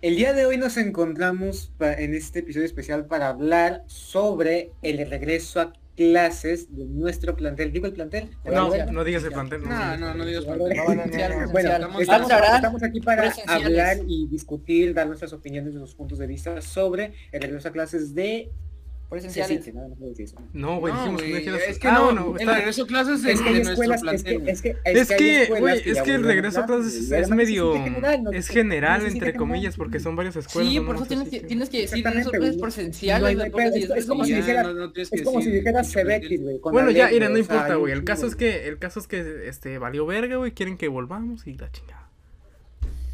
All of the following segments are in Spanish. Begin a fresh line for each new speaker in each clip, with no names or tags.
El día de hoy nos encontramos en este episodio especial para hablar sobre el regreso a clases de nuestro plantel. ¿Digo el plantel?
No, no digas el plantel.
No, no, no digas plantel.
No, no, no, no.
Bueno,
Estamos-
estamos,
Hablarán
estamos aquí para
presenciales.
hablar y discutir, dar nuestras opiniones, nuestros puntos de vista sobre el regreso a clases de
Presenciales.
CECITE, nada más voy a decir eso.
No, güey,
No,
dijimos que
güey,
no dijeras.
es que
Ah,
no,
bueno,
el
está-
regreso a clases de,
Es que hay
de nuestro
escuelas, es que,
plantel.
es que,
Es
hay
que,
escuelas
güey,
que
es
ya
que el
volvieron
regreso a clases es,
clases,
es
y además
medio...
existe general, no
es
existe-
general,
no existe
entre
general.
comillas, porque son varias escuelas.
Sí,
¿no?
por eso
Muchas,
tienes
así
que, tienes que decir
Exactamente,
regreso a clases
güey.
presenciales.
No hay-
güey, porque
pero
si
esto-
es
es como
como
si
ya-
dijera-
tienes
Es como si
decir
dijera
regreso a plantel.
Sebekis, güey. con
Bueno, ya,
Alejo,
mira, no
o sea,
importa,
hay un
güey. El caso
chingo.
es que, el caso es que, este, valió verga, güey. Quieren que volvamos y la chingada.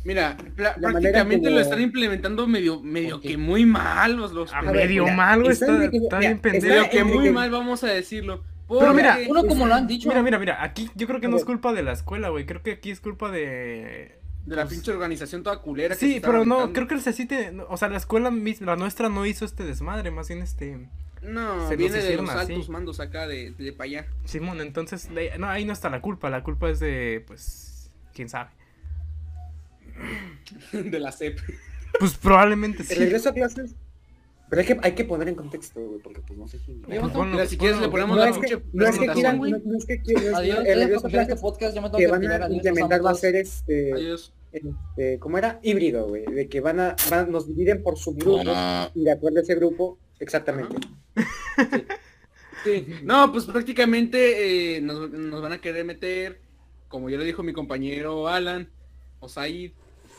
Mira, pla-
La manera
prácticamente
como-
lo están implementando medio, medio
Ok.
que muy mal los, los
A
ver,
Ah, medio
mira,
mal, güey.
está
Está,
en que- mira,
está bien
está
pendejo.
medio que
en
muy
que-
mal vamos a decirlo.
Pero mira,
porque-
Uno como lo han dicho.
Mira, mira, mira. Aquí yo creo que
A
no es
ver.
culpa de la escuela, güey. Creo que aquí es culpa de... pues
de la pinche organización toda culera. que se
Sí,
está
pero no,
aventando.
creo que el CECITE, no, o sea, la escuela misma, la nuestra no hizo este desmadre, más bien este...
no
se nos
viene de
hicieron
los
así.
altos mandos acá de, de para allá.
Simón, entonces, le- no, ahí no está la culpa, la culpa es de, pues, quién sabe.
de la CEP.
Pues probablemente
El
sí.
regreso a clases. Pero hay que, hay que poner en contexto, güey, porque pues no sé quién.
Mira,
No,
ponlo,
Mira, si quieres le
ponlo.
ponemos la
es que,
pinche
no es que
presentación,
quieran,
güey.
no, no es que quieran.
Adiós,
el
gracias por
regreso a
escuchar este
clases
podcast. Yo me tengo
que
que
van
retirar.
a
adiós,
implementar va a
amigos.
ser este,
Adiós.
este, ¿cómo era? Híbrido, güey, de que van a, van, nos dividen por subgrupos y de acuerdo a ese grupo, exactamente.
Sí. No, pues prácticamente eh, nos, nos van a querer meter, como ya lo dijo mi compañero Alan o Said,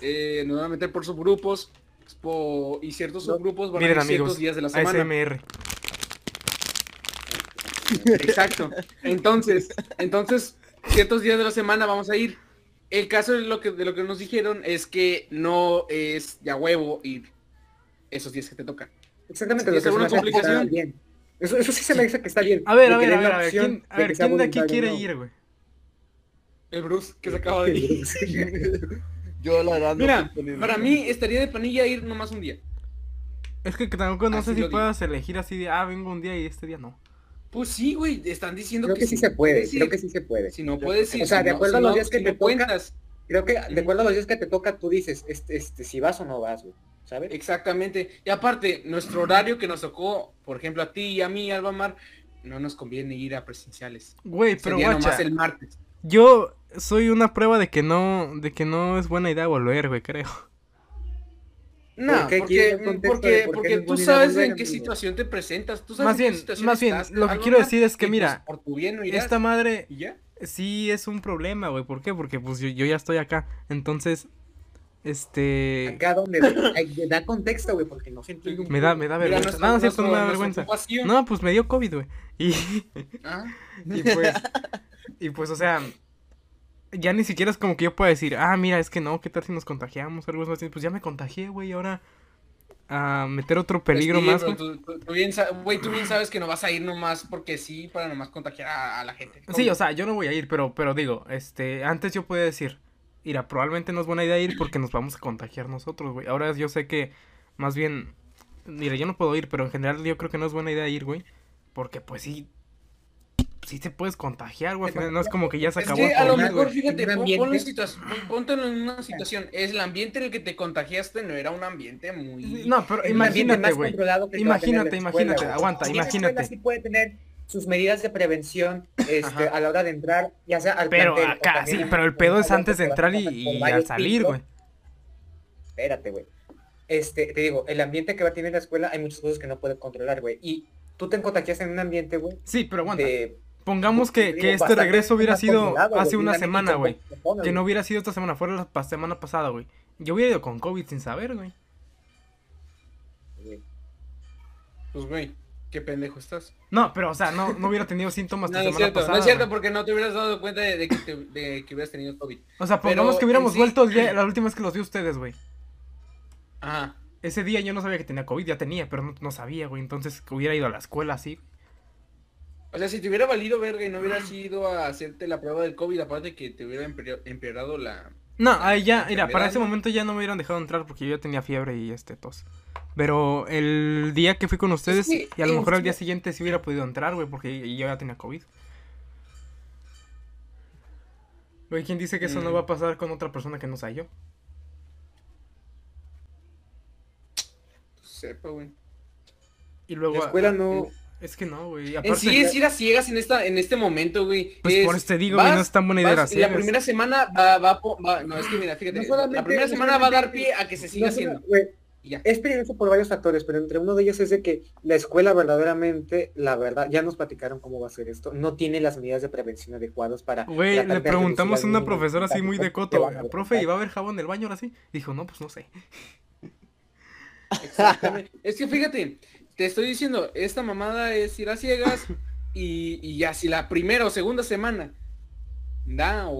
eh, nos van a meter por subgrupos pues, po- y ciertos
No.
subgrupos van
Miren,
a ir
amigos,
ciertos días de la semana.
ASMR.
Exacto. Entonces, entonces, ciertos días de la semana vamos a ir. El caso de lo que, de lo que nos dijeron es que no es ya huevo ir esos días que te tocan.
Exactamente, lo
Sí,
que
es
se me
una
hace que está
complicación.
bien. Eso, eso sí se me dice que está bien.
A ver,
de
a
que
ver, a
den la
ver, a ver,
opción
¿quién, a ver,
que sea
¿quién de aquí
voluntario,
quiere
¿no?
ir, güey?
El Bruce que se acaba de ir.
Yo la verdad no
Mira,
estoy disponible.
para mí estaría de panilla ir nomás un día.
Es que tampoco no
Así
sé si
lo digo.
puedas elegir así de, ah, vengo un día y este día no.
Pues sí, güey, están diciendo
Creo que sí se puede, creo que sí se puede.
Si no puedes ir,
O sea,
si
de
no-
acuerdo
si
a los
no-
días que
si
te
no
toca.
cuentas.
Creo que de
Ujú.
acuerdo a los días que te toca, tú dices, este, este, si vas o no vas, güey. ¿Sabes?
Eh,
Exactamente. Y aparte, nuestro horario que nos tocó, por ejemplo, a ti y a mí, Alba Mar, no nos conviene ir a presenciales.
Güey, pero
Sería nomás
guacha,
el martes.
yo soy una prueba de que no, de que no es buena idea volver, güey, creo.
No,
¿Por qué? ¿Quién
porque,
es el contexto de
porque,
por qué
porque
no
tú
van a
sabes
volver,
en qué
amigo?
situación te presentas. Tú sabes
Más
en qué
bien,
situación
más bien,
estás,
lo que
Alba
quiero
Mar,
decir es que
y,
mira,
pues, por tu bien no irás.
esta madre
¿Y ya?
sí es un problema, güey, ¿por qué? Porque pues yo, yo ya estoy acá, entonces, este...
Acá donde güey, hay- da contexto, güey, porque no se entiende un
Me da, me da
Mira,
vergüenza.
nuestro-
no, no es cierto, no me da
nuestro-
vergüenza.
nuestro vacío.
No, pues me dio COVID, güey. Y,
Ah.
y pues, y pues, o sea, ya ni siquiera es como que yo pueda decir, ah, mira, es que no, ¿qué tal si nos contagiamos? o Algo así, pues ya me contagié, güey, y ahora a meter otro peligro
Pues Sí,
más,
pero
güey.
tú, tú- tú bien sa- güey, tú bien sabes que no vas a ir nomás porque sí, para nomás contagiar a, a la gente.
Sí, o sea, yo no voy a ir, pero, pero digo, este, antes yo podía decir, mira, probablemente no es buena idea ir porque nos vamos a contagiar nosotros, güey. Ahora yo sé que, más bien, mira, yo no puedo ir, pero en general yo creo que no es buena idea ir, güey. Porque pues sí, sí te puedes contagiar, güey. al final No es como que ya se
es
acabó
que
el
a lo
COVID,
mejor,
güey.
fíjate,
En un
pon-
ambiente-
ponlo en situa- pon- ponte en una situación. Es el ambiente en el que te contagiaste, no era un ambiente muy...
No, pero
El ambiente
imagínate,
más
güey.
controlado que te va a tener
Imagínate,
la
imagínate,
escuela, güey.
aguanta,
Sí, la escuela
imagínate.
sí puede tener sus medidas de prevención este,
Ajá.
a la hora de entrar, ya sea al
Pero
plantel o
acá,
también
sí,
a-
pero el
a
pedo es
varios
antes de
que
entrar y,
van a
y
con
al
varios
salir,
tipos.
güey.
Espérate, güey. Este, te digo, el ambiente que va a tener la escuela hay muchas cosas que no puede controlar, güey. Y tú te contagias en un ambiente, güey,
Sí, pero aguanta.
de...
Pongamos que,
eh, digo,
que este
bastante
regreso hubiera
más
sido
controlado,
hace
güey,
una
dinámico
semana,
con
güey.
personas,
Que no hubiera sido esta semana, fuera la pa- semana pasada, güey. Yo hubiera ido con COVID sin saber, güey.
güey.
Pues, güey, qué pendejo estás.
No, pero, o sea, no, no hubiera tenido síntomas
No,
la
no es
semana
cierto,
pasada.
no es cierto,
güey.
porque no te hubieras dado cuenta de, de que, te- de que hubieras tenido COVID.
O sea,
pero
pongamos que
en
hubiéramos
sí-
vuelto el día- la última vez que los vi a ustedes, güey.
Ajá.
Ese día yo no sabía que tenía COVID, ya tenía, pero no, no sabía, güey. Entonces, que hubiera ido a la escuela así.
O sea, si te hubiera valido verga y no hubieras ido a hacerte la prueba del COVID, aparte que te hubiera empeor- empeorado la...
No, ahí ya, mira,
enfermedad,
para ese
¿no?
momento ya no me hubieran dejado entrar porque yo ya tenía fiebre y este tos. Pero el día que fui con ustedes,
que
y a lo
en
mejor al
sí-
día siguiente sí hubiera podido entrar, güey, porque yo ya tenía COVID. Güey, ¿quién dice que eso no
Mm.
va a pasar con otra persona que no sea yo?
sepa, pues, güey.
Y
La
luego...
escuela no...
Es que no, güey.
En
Aparte,
Eh, sí es ir a ciegas en esta, en este momento, güey.
pues
Es-
por eso te digo, güey, no
vas-
es tan buena idea.
vas-
las
y la
ciegas.
primera semana va, va, po- va- no, es que mira, fíjate,
No solamente-
la primera
no
semana va a dar
solamente-
pie a que se siga
no,
haciendo.
güey,
y ya.
Es peligroso por varios factores, pero entre uno de ellos es de que la escuela verdaderamente, la verdad, ya nos platicaron cómo va a ser esto, no tiene las medidas de prevención adecuadas para...
Güey,
tratar
le
de
preguntamos a
reducir al
una
mínimo
profesora así
contagio,
muy
¿no?
de
Te
coto,
van a
güey, profe, ¿y
preguntar".
va a haber jabón en el baño ahora sí? Dijo, no, pues no sé.
Exactamente. es que fíjate, te estoy diciendo, esta mamada es ir a ciegas y, y ya si la primera o segunda semana da o,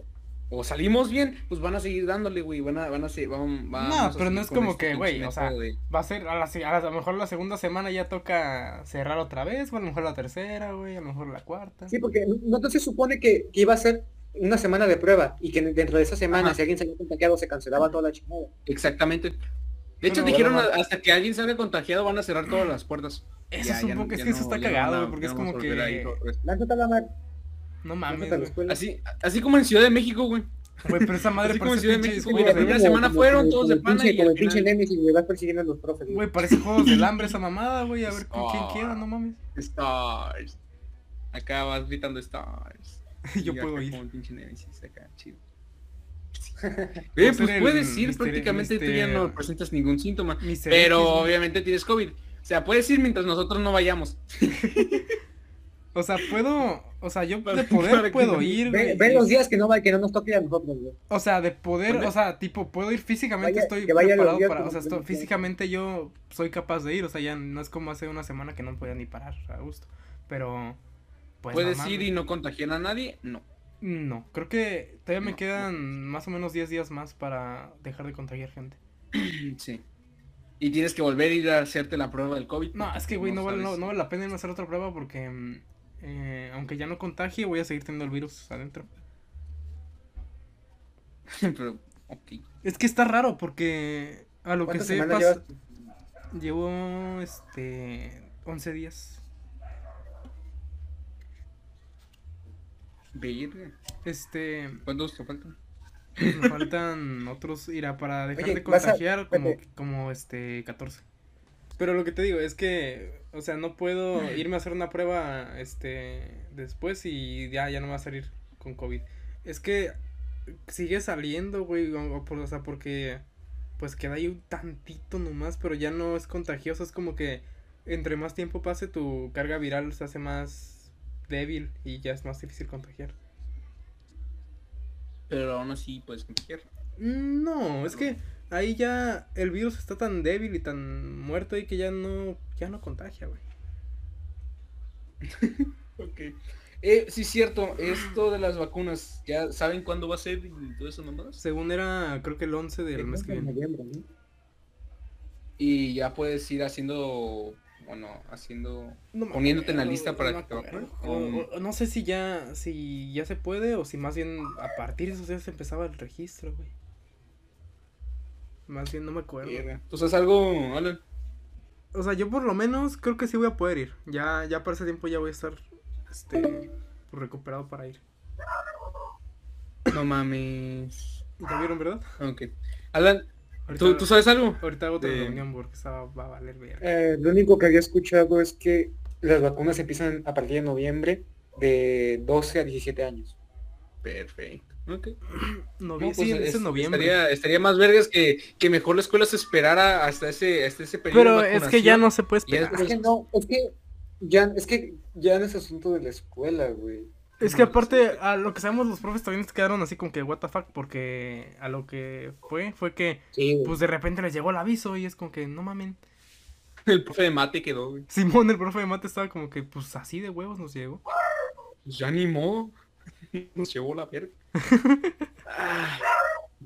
o- o salimos bien, pues van a seguir dándole, güey, van a, van a se- van- vamos a
No, pero no
seguir
es
con
como
este
que, güey,
pinche
o sea,
método de-
Va a ser, a, la se- a la- a lo mejor la segunda semana ya toca cerrar otra vez, o a lo mejor la tercera, güey, a lo mejor la cuarta.
Sí, porque no no se supone que, que iba a ser una semana de prueba y que dentro de esa semana,
Ajá.
si alguien salía contagiado, se cancelaba toda la chingada.
Exactamente. De hecho,
Pero,
dijeron
bueno,
a- hasta que alguien salga contagiado van a cerrar todas las puertas.
Eso
Ya,
es un
ya no-
poco- es
ya
que eso
no-
está
ya no
cagado,
van a-
güey, porque
ya
es
no vamos
como
a volver
que-
ahí otra vez.
Lánzate a la mar,
No
lánzate
mames,
a la
güey.
escuela.
Así, así como en Ciudad de México, güey.
Güey, pero esa madre
Así como en
parece
Ciudad de
pinche
México,
escuela
güey, la
de-
primera semana fueron todos de
el
pana
pinche-
y
Como
al
el pinche
final-
Nemesis, güey, vas persiguiendo a los profes. güey.
Güey, parece juegos del hambre esa mamada, güey, a ver con quién
Ah.
queda, no mames.
Stars. Acá vas gritando Stars.
Yo
Y acá
puedo
como
ir.
el pinche Nemesis, acá, chido.
Va a
Güey,
ser
pues
el
puedes ir
Mr.
prácticamente, tú ya no
Mr.
presentas ningún síntoma.
Mr.
Pero
X, güey.
obviamente tienes COVID. O sea, puedes ir mientras nosotros no vayamos.
O sea, puedo, o sea, yo de
Para- para
poder
que-
puedo ir,
Ve,
güey.
ve los días que no va, que no nos toque a nosotros, güey.
O sea, de poder,
¿Mande?
o sea, tipo, puedo ir físicamente,
Vaya-
estoy
que vaya los
preparado
días
para,
como
o sea,
que
esto-
no sea.
físicamente yo soy capaz de ir, o sea, ya no es como hace una semana que no podía ni parar, a gusto, pero, pues, no
¿Puedes
mames.
ir y no contagiar a nadie? No.
No, creo que todavía me
No,
quedan más o menos 10 días más para dejar de contagiar gente.
Sí. Y tienes que volver a ir a hacerte la prueba del COVID.
No,
porque
es que, güey, no, vale, no,
sabes.
no vale la pena irme a hacer otra prueba porque, mm, eh, aunque ya no contagie, voy a seguir teniendo el virus adentro.
Pero, ok.
Es que está raro porque, a lo que
¿Cuántas
sepas,
semanas llevas?
llevo, este, 11 días.
Verga.
Este,
¿Cuántos te faltan?
Me faltan otros, irá, para dejar
Oye,
de
vas a-
contagiar como,
espérate.
como este 14. Pero lo que te digo es que, o sea, no puedo irme a hacer una prueba este después y ya, ya no me va a salir con COVID. Es que sigue saliendo, güey, o, o por- o sea, porque pues queda ahí un tantito nomás, pero ya no es contagioso, es como que entre más tiempo pase tu carga viral se hace más débil y ya es más difícil contagiar.
Pero aún así pues, puedes contagiar.
No, es que ahí ya el virus está tan débil y tan muerto y que ya no, ya no contagia, güey.
Ok. Eh, sí, cierto. Esto de las vacunas, ¿ya saben cuándo va a ser y todo eso nomás?
Según era, creo que el 11 del mes que
En
viene.
noviembre, ¿no?
Y ya puedes ir haciendo, bueno, haciendo...
No me
Poniéndote en la
acuerdo,
lista
no
para
me
que te
acuerdo.
vacunen.
O- o- No sé si ya, si ya se puede o si más bien a partir de esos días empezaba el registro, güey. Más bien no me acuerdo.
Verga. Pues haz algo, Alan.
O sea, yo por lo menos creo que sí voy a poder ir. Ya, ya para ese tiempo ya voy a estar, este, recuperado para ir.
No mames.
¿Ya vieron, verdad?
Ok. Alan, ¿tú,
Ahorita-
¿tú sabes algo?
Ahorita hago otra
de-
reunión porque esa va, va a valer verga.
Eh, lo único que había escuchado es que las vacunas empiezan a partir de noviembre de 12 a 17 años.
Perfecto. Ok.
Novie-
No, pues,
sí, es
es-
en noviembre.
Estaría, estaría más vergas que, que mejor la escuela se esperara hasta ese, hasta ese periodo.
Pero
de
es que ya
vacunación.
no se puede
Ya es-
esperar.
Es que no, es que ya, es que ya no es asunto de la escuela, güey.
Es que aparte, a lo que sabemos, los profes también se quedaron así como que, what the fuck, porque a lo que fue, fue que,
Sí, güey.
pues de repente les llegó el aviso y es como que, no mamen.
El profe de mate quedó, güey.
Simón, el profe de mate, estaba como que, pues así de huevos nos llegó.
Pues ya ni modo. Nos llevó la verga. ah,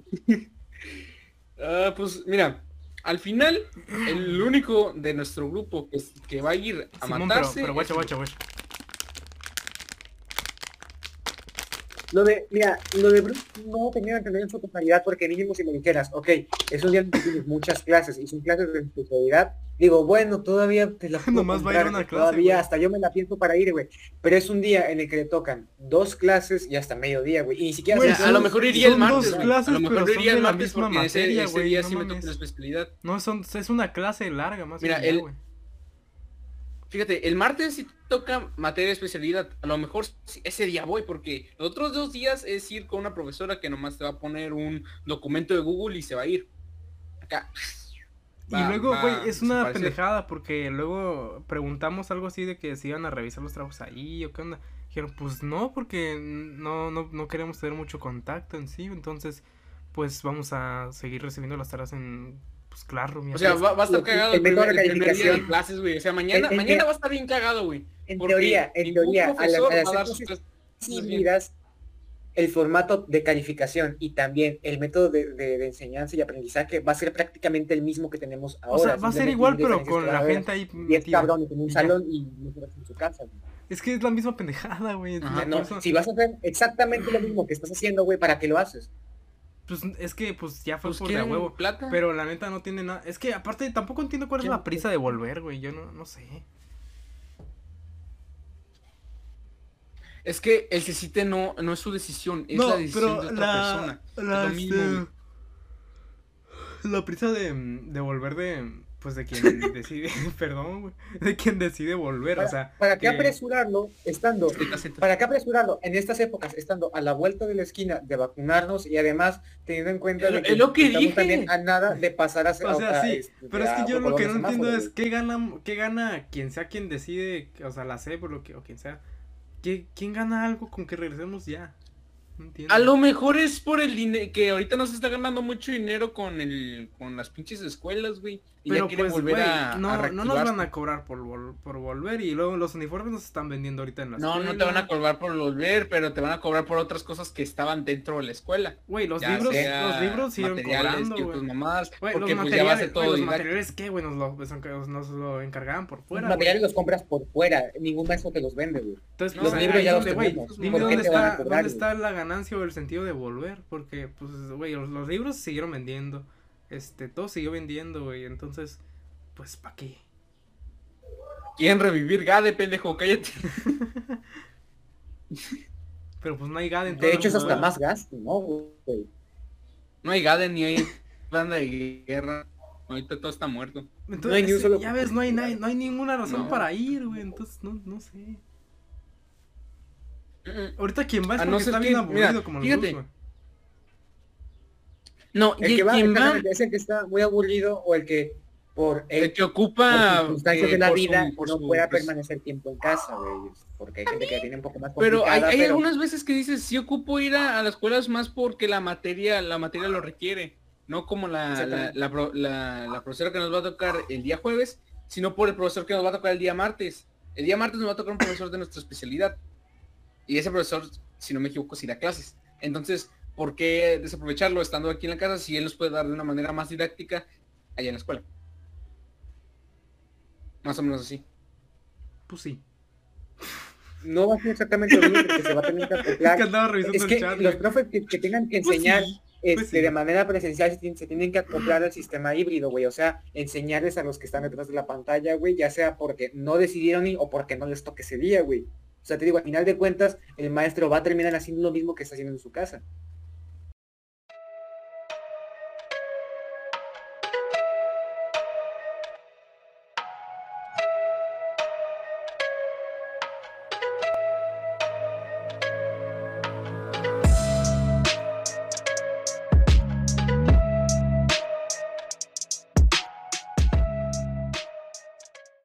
Ah, pues mira, al final, el único de nuestro grupo que, que va a ir a
Simón, pero,
matarse.
pero guacha,
es-
guacha, guacha.
Lo de, mira, lo de Bruce no tenía que entender en su totalidad porque mínimo si me dijeras, ok, es un día en que tienes muchas clases y son clases de tu totalidad, digo, bueno, todavía te la puedo
Nomás va a ir
comprar,
una clase,
todavía
güey.
hasta yo me la pienso para ir, güey. Pero es un día en el que le tocan dos clases y hasta mediodía, güey. Y ni siquiera
Güey,
sabes-
a lo mejor iría el
son dos
martes, güey.
clases,
A lo mejor
pero son
iría
de
el
la
martes
misma
porque ese-
materia,
ese,
güey,
día
no
sí me toca
mames.
una especialidad.
No, son, es una clase larga más
Mira,
que nada,
el-
güey.
Fíjate, el martes sí toca materia de especialidad. A lo mejor sí- ese día voy porque los otros dos días es ir con una profesora que nomás te va a poner un documento de Google y se va a ir. Acá.
y
Va-
luego,
va
güey, es
a
una
desaparecer.
pendejada porque luego preguntamos algo así de que si iban a revisar los trabajos ahí o qué onda. Dijeron, pues no, porque no, no, no queremos tener mucho contacto en sí, entonces pues vamos a seguir recibiendo las tareas en pues, Classroom y
O
así.
sea, va, va a estar
El-
cagado
el
el primer,
método de
el primer día de
calificación.
clases, güey. O sea, mañana,
En- en
mañana
te-
va a estar bien cagado, güey.
en
porque
teoría, en
ningún
teoría, a las,
profesor
a las
va a dar
clases
sus clases.
sí
bien.
miras el formato de calificación y también el método de, de- de enseñanza y aprendizaje va a ser prácticamente el mismo que tenemos ahora.
O sea, va a ser
simplemente
igual,
un
pero
diferencia
con
es que va
la
a haber
gente ahí
10
metida.
cabrones en un
Y ya.
salón y nosotros en su casa. güey.
Es que es la misma pendejada, güey.
Ajá.
O sea,
por
no,
eso-
si vas a hacer exactamente lo mismo que estás haciendo, güey, ¿para qué lo haces?
Pues es que pues ya fue
Pues
por de a
quieren
huevo.
plata.
Pero la neta no tiene nada. Es que aparte tampoco entiendo cuál es la prisa de volver, güey. Yo no, no sé.
Es que el CECITE no, no es su decisión, es
no,
la decisión de otra persona.
la,
Es lo mismo,
este,
güey.
la prisa de, de volver de. Pues de quien decide. perdón, güey. De quien decide volver.
Para,
o sea.
¿para qué
que-
apresurarlo estando
Zeta, zeta.
¿Para qué apresurarlo en estas épocas, estando a la vuelta de la esquina de vacunarnos y además teniendo en cuenta de
Es- es lo que
estamos
dije.
también a nada de pasar a
O sea,
a- a-
sí,
este,
Pero es
a
que yo lo
color
que
de
no
semáforo,
entiendo es
güey.
qué gana, qué gana quien sea quien decide, o sea, la C por lo que, o quien sea, ¿qué, ¿quién gana algo con que regresemos ya? No entiendo.
A lo mejor es por el dinero, que ahorita no se está ganando mucho dinero con el con las pinches escuelas, güey. Y
Pero
ya quieren
pues,
volver
güey,
a,
no,
a
no nos van
reactivarse.
a cobrar por, vol- por volver y luego los uniformes nos están vendiendo ahorita en las
No, no te van a cobrar por volver, pero te van a cobrar por otras cosas que estaban dentro de la escuela.
Güey, los
Ya
libros,
sea
los libros siguieron
materiales
cobrando,
y
güey.
otras mamadas,
Güey,
porque
los
pues ya va a
materiales,
ser
güey,
todo
los
didáctico.
materiales, ¿qué, güey? Nos lo, pues, son- nos lo encargaban por fuera,
Los
güey.
materiales los compras por fuera, ningún maestro te los vende, güey.
Entonces,
No,
pues,
los
ahí
libros
ahí
ya los
donde, güey,
tenemos,
dime
¿por qué
dónde
te van a
está,
cobrar,
dónde
güey?
está la ganancia o el sentido de volver, porque, pues, güey, los, los libros se siguieron vendiendo, este, todo siguió vendiendo, güey, entonces, pues, ¿pa' qué?
Quieren revivir Gade, pendejo, cállate.
Pero, pues, no hay gada en todo
De
el
hecho es hasta
mundo.
más gasto, ¿no? güey?
No hay Gade ni hay banda de guerra. Ahorita todo está muerto.
Entonces,
No hay ni un solo
ya ves, no hay, nadie- no hay ninguna razón
No.
para ir, güey, entonces, no, no sé.
Mm,
Ahorita quien va es
A
porque
no ser
está
que-
bien aburrido
mira,
como los
fíjate,
dos, güey.
No,
El
y
que va,
quien va,
exactamente, es el que está muy aburrido o el que por
el
el
que ocupa
por circunstancias
eh,
de la
por su-
vida
por
no
su-
pueda
pues,
permanecer tiempo en casa, güey. Porque hay gente que la tiene un poco más
Pero hay,
complicada,
hay algunas veces que dices, sí ocupo ir a, a las escuelas más porque la materia, la materia lo requiere. No como la, la,
Exactamente.
la pro- la- la profesora que nos va a tocar el día jueves, sino por el profesor que nos va a tocar el día martes. El día martes nos va a tocar un profesor de nuestra especialidad. Y ese profesor, si no me equivoco, sí da clases. Entonces, ¿por qué desaprovecharlo estando aquí en la casa si él nos puede dar de una manera más didáctica allá en la escuela? Más o menos así.
Pues sí.
No va a ser exactamente lo mismo porque se va a tener que acoplar
Es que andaba revisando
Es
el
que
chat,
los
güey.
profes que, que tengan que
Pues
enseñar
sí.
este,
sí.
de manera presencial se tienen, se tienen que acoplar al sistema híbrido, güey. O sea, enseñarles a los que están detrás de la pantalla, güey, ya sea porque no decidieron ir o porque no les toque ese día, güey. O sea, te digo, al final de cuentas, el maestro va a terminar haciendo lo mismo que está haciendo en su casa.